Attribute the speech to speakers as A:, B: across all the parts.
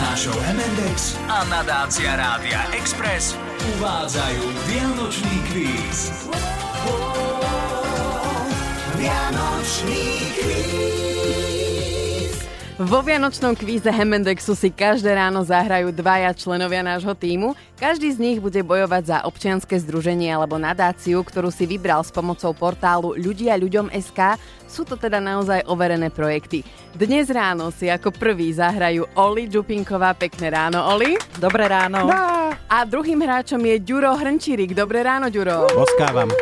A: Nášou M&X a nadácia Rádia Express uvádzajú Vianočný kvíz. Vianočný kvíz.
B: Vo Vianočnom kvíze Hemendexu si každé ráno zahrajú dvaja členovia nášho týmu. Každý z nich bude bojovať za občianske združenie alebo nadáciu, ktorú si vybral s pomocou portálu ľudia ľuďom SK. Sú to teda naozaj overené projekty. Dnes ráno si ako prvý zahrajú Oli Čupinková. Pekné ráno, Oli.
C: Dobré ráno.
B: No. A druhým hráčom je Ďuro Hrnčírik. Dobré ráno, Ďuro.
D: Boskávam.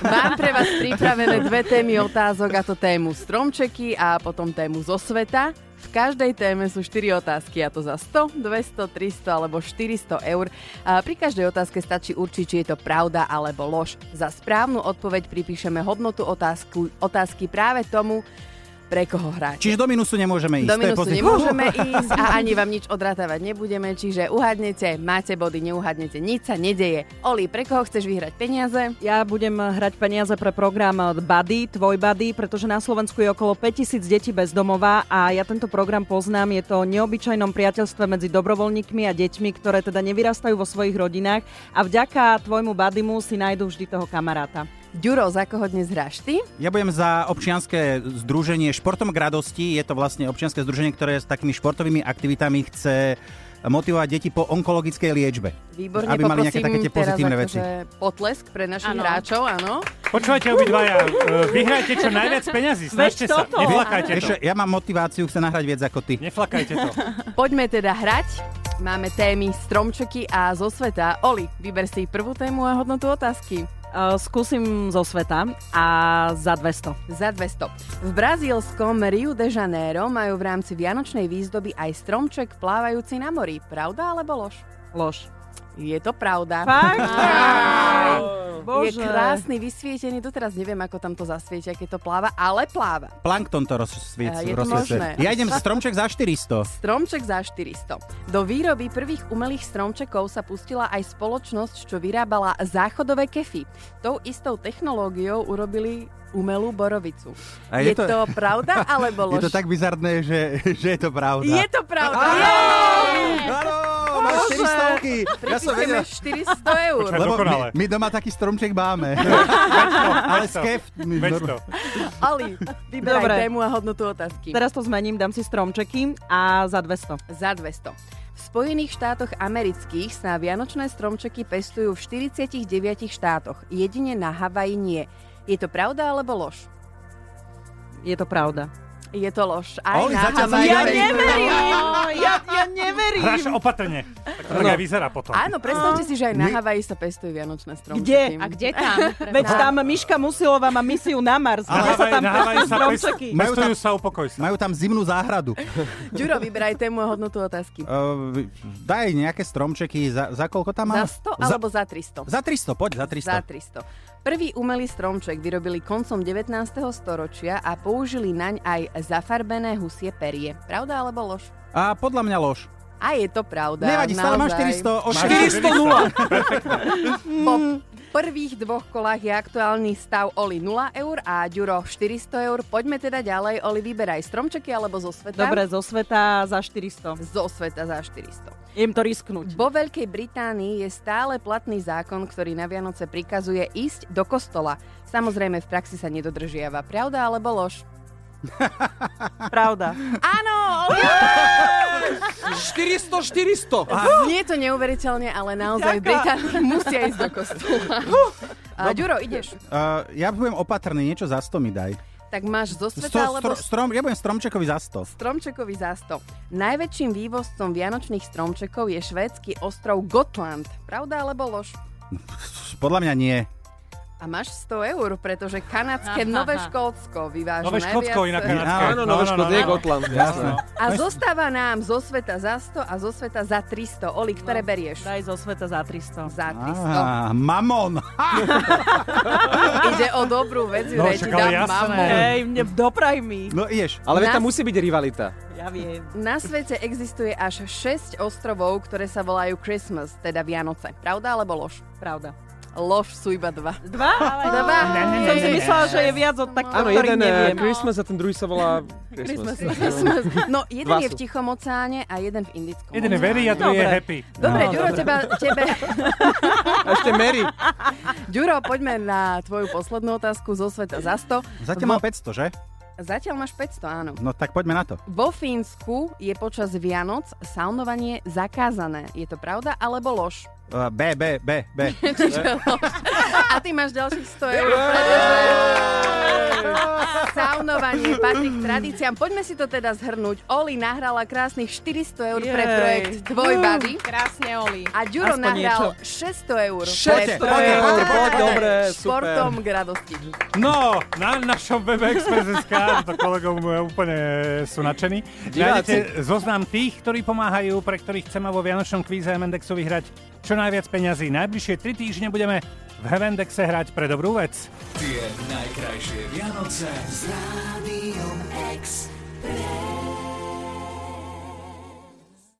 B: Mám pre vás pripravené dve témy otázok, a to tému stromčeky a potom tému zo sveta. V každej téme sú 4 otázky, a to za 100, 200, 300 alebo 400 eur. A pri každej otázke stačí určiť, či je to pravda alebo lož. Za správnu odpoveď pripíšeme hodnotu otázku, otázky práve tomu, pre koho hráte.
D: Čiže do minusu nemôžeme ísť.
B: Do
D: to je
B: minusu
D: pozitívne.
B: nemôžeme ísť a ani vám nič odratávať nebudeme, čiže uhadnete, máte body, neuhadnete, nič sa nedeje. Oli, pre koho chceš vyhrať peniaze?
C: Ja budem hrať peniaze pre program Buddy, Tvoj Buddy, pretože na Slovensku je okolo 5000 detí bez domova a ja tento program poznám. Je to o neobyčajnom priateľstve medzi dobrovoľníkmi a deťmi, ktoré teda nevyrastajú vo svojich rodinách a vďaka tvojmu Buddymu si nájdú vždy toho kamaráta. E,
B: Ďuro, za koho dnes hráš ty?
D: Ja budem za občianske združenie Športom k radosti. Je to vlastne občianske združenie, ktoré s takými športovými aktivitami chce motivovať deti po onkologickej liečbe.
B: Výborne,
D: aby mali nejaké
B: poprosím
D: také tie pozitívne
B: teraz
D: veci.
B: akože potlesk pre našich
E: Áno.
B: hráčov, áno.
F: Počúvajte obidvaja, e, vyhrajte čo najviac peňazí, snažte sa,
C: toto.
F: neflakajte
D: Vieš,
F: to.
D: čo, ja mám motiváciu, chcem nahrať viac ako ty.
F: Neflakajte to.
B: Poďme teda hrať. Máme témy stromčeky a zo sveta. Oli, vyber si prvú tému a hodnotu otázky.
C: Uh, skúsim zo sveta a za 200.
B: Za 200. V brazílskom Rio de Janeiro majú v rámci vianočnej výzdoby aj stromček plávajúci na mori. Pravda alebo lož?
C: Lož.
B: Je to pravda. Je
C: Bože.
B: krásny, vysvietený. Doteraz neviem, ako tam to zasvietia, keď to pláva, ale pláva.
D: Plankton to rozsviec,
B: Eh, je to
D: rozsviece.
B: možné.
D: Ja idem stromček za 400.
B: Stromček za 400. Do výroby prvých umelých stromčekov sa pustila aj spoločnosť, čo vyrábala záchodové kefy. Tou istou technológiou urobili umelú borovicu.
D: A
B: je, to...
D: je to-
B: pravda alebo lož?
D: Je to tak bizardné, že, že je to pravda.
B: Je to pravda.
D: Áno, máš
B: Bože.
D: 400. Ja som vedel,
B: Pripíšeme 400 eur.
F: Počkaj,
D: lebo
F: Dokonale.
D: my, my doma taký stromček máme. Ale s keftmi.
F: Veď to.
B: Ali, vyberaj
C: Dobre.
B: tému a hodnotu otázky.
C: Teraz to zmením, dám si stromčeky a za 200.
B: Za 200. V Spojených štátoch amerických sa vianočné stromčeky pestujú v 49 štátoch. Jedine na Havaji nie. Je to pravda alebo lož?
C: Je to pravda.
B: Je to lož. Aj
D: Oli,
B: na
D: zatiaľ sa
B: Havaji.
D: Ja neverí.
C: neverím! Ja, ja neverím!
F: Hráš opatrne. Tak to tak aj vyzerá potom.
B: Áno, predstavte si, že aj na Havaji sa pestujú vianočné stromčeky.
C: Kde?
E: A kde tam?
C: Veď tam Miška Musilová má misiu na Mars.
F: Na
C: Ale sa
F: Havaji-
C: tam
F: na Havaji sa pes-
C: stromčeky.
D: Majú
F: pestujú sa, upokoj sa.
D: Majú tam zimnú záhradu.
B: Ďuro, vyberaj tému a hodnotu otázky.
D: Uh, daj nejaké stromčeky, za, za koľko tam
B: Za
D: mám?
B: 100 alebo za 300?
D: Za 300, poď, za
B: Za
D: 300.
B: 300. Prvý umelý stromček vyrobili koncom 19. storočia a použili naň aj zafarbené husie perie. Pravda alebo lož?
D: A podľa mňa lož.
B: A je to pravda.
D: Nevadí, stále máš
B: naozaj.
D: 400. O
F: Máš
D: 400 nula.
B: Po
D: Mm.
B: prvých dvoch kolách je aktuálny stav Oli 0 eur a Ďuro 400 eur. Poďme teda ďalej. Oli, vyberaj stromčeky alebo zo sveta.
C: Dobre, zo sveta za 400.
B: Zo sveta za 400.
C: Idem to risknúť.
B: Vo Veľkej Británii je stále platný zákon, ktorý na Vianoce prikazuje ísť do kostola. Samozrejme, v praxi sa nedodržiava. Pravda alebo lož?
C: Pravda.
B: Áno, Oli!
G: 400, 400.
B: Znie to neuveriteľne, ale naozaj v Británii musia ísť do kostola. A Ďuro, ideš.
D: Uh, ja budem opatrný, niečo za 100 mi daj.
B: Tak máš zo
D: Sto,
B: sveta alebo
D: stro, strom, ja budem stromčekovi za 100.
B: Stromčekovi za 100. Najväčším vývozcom vianočných stromčekov je švédsky ostrov Gotland. Pravda alebo lož?
D: Podľa mňa nie.
B: A máš 100 eur, pretože
E: Aha.
B: kanadské Nové Škótsko vyváža
F: Nové Škótsko inak
B: najviac.
F: kanadské.
G: Áno, no, no, no, no, Gotland.
D: Jasné.
G: Jasné.
B: A zostáva nám zo sveta za 100 a zo sveta za 300. Oli, ktoré
F: No.
B: berieš?
C: Daj zo sveta za 300.
B: Za 300.
D: Á, mamon.
B: Ide o dobrú vec,
F: No,
B: Jure, ti
F: však ale
B: dám
F: jasné.
B: mamu.
C: Hej, mne dopraj mi.
D: No ideš.
G: Ale veď tam
B: Nás-
G: musí byť rivalita.
C: Ja viem.
B: Na svete existuje až 6 ostrovov, ktoré sa volajú Christmas, teda Vianoce. Pravda alebo lož?
C: Pravda.
B: lož sú iba dva.
C: Dva? Ale...
B: Dva.
F: Ne, ne, ne,
C: Som si
F: ne,
C: myslela,
F: ne.
C: že je viac od takých,
G: Áno,
C: ktorých
G: jeden je
C: neviem.
G: eh, Christmas a ten druhý sa volá Christmas.
B: Christmas. No, jeden
G: Dva
B: je
G: sú.
B: v Tichom oceáne a jeden v Indickom
F: Jeden je
B: oceáne.
F: very a druhý je
C: Dobre.
F: happy.
B: Dobre,
G: No,
B: Ďuro,
G: dobre.
B: teba, tebe...
G: A ešte Mary.
B: Ďuro, poďme na tvoju poslednú otázku zo sveta za 100.
D: Zatiaľ mám 500, že?
B: Zatiaľ máš 500, áno.
D: No tak poďme na to.
B: Vo Fínsku je počas Vianoc saunovanie zakázané. Je to pravda alebo lož?
D: Uh, B, B, B, B.
B: A ty máš ďalších 100 eur. pretože Saunovanie patrí k tradíciám. Poďme si to teda zhrnúť. Oli nahrala krásnych 400 eur pre
C: Jej.
B: projekt Tvoj body.
E: Krásne, Oli.
B: A Ďuro
C: Aspoň
B: nahral 600 eur.
D: Poďte,
B: pre
D: poďte,
B: projekt
D: poďte,
G: poďte. Dobre,
B: Športom k radosti.
F: No, na našom webe Express.sk, to kolegov e, úplne sú nadšení, nájdete zoznam tých, ktorí pomáhajú, pre ktorých chceme vo Vianočnom kvíze MNDXu vyhrať čo najviac peňazí. Najbližšie 3 týždne budeme v Hevendexe hrať pre dobrú vec.
A: Tie najkrajšie Vianoce s rádiom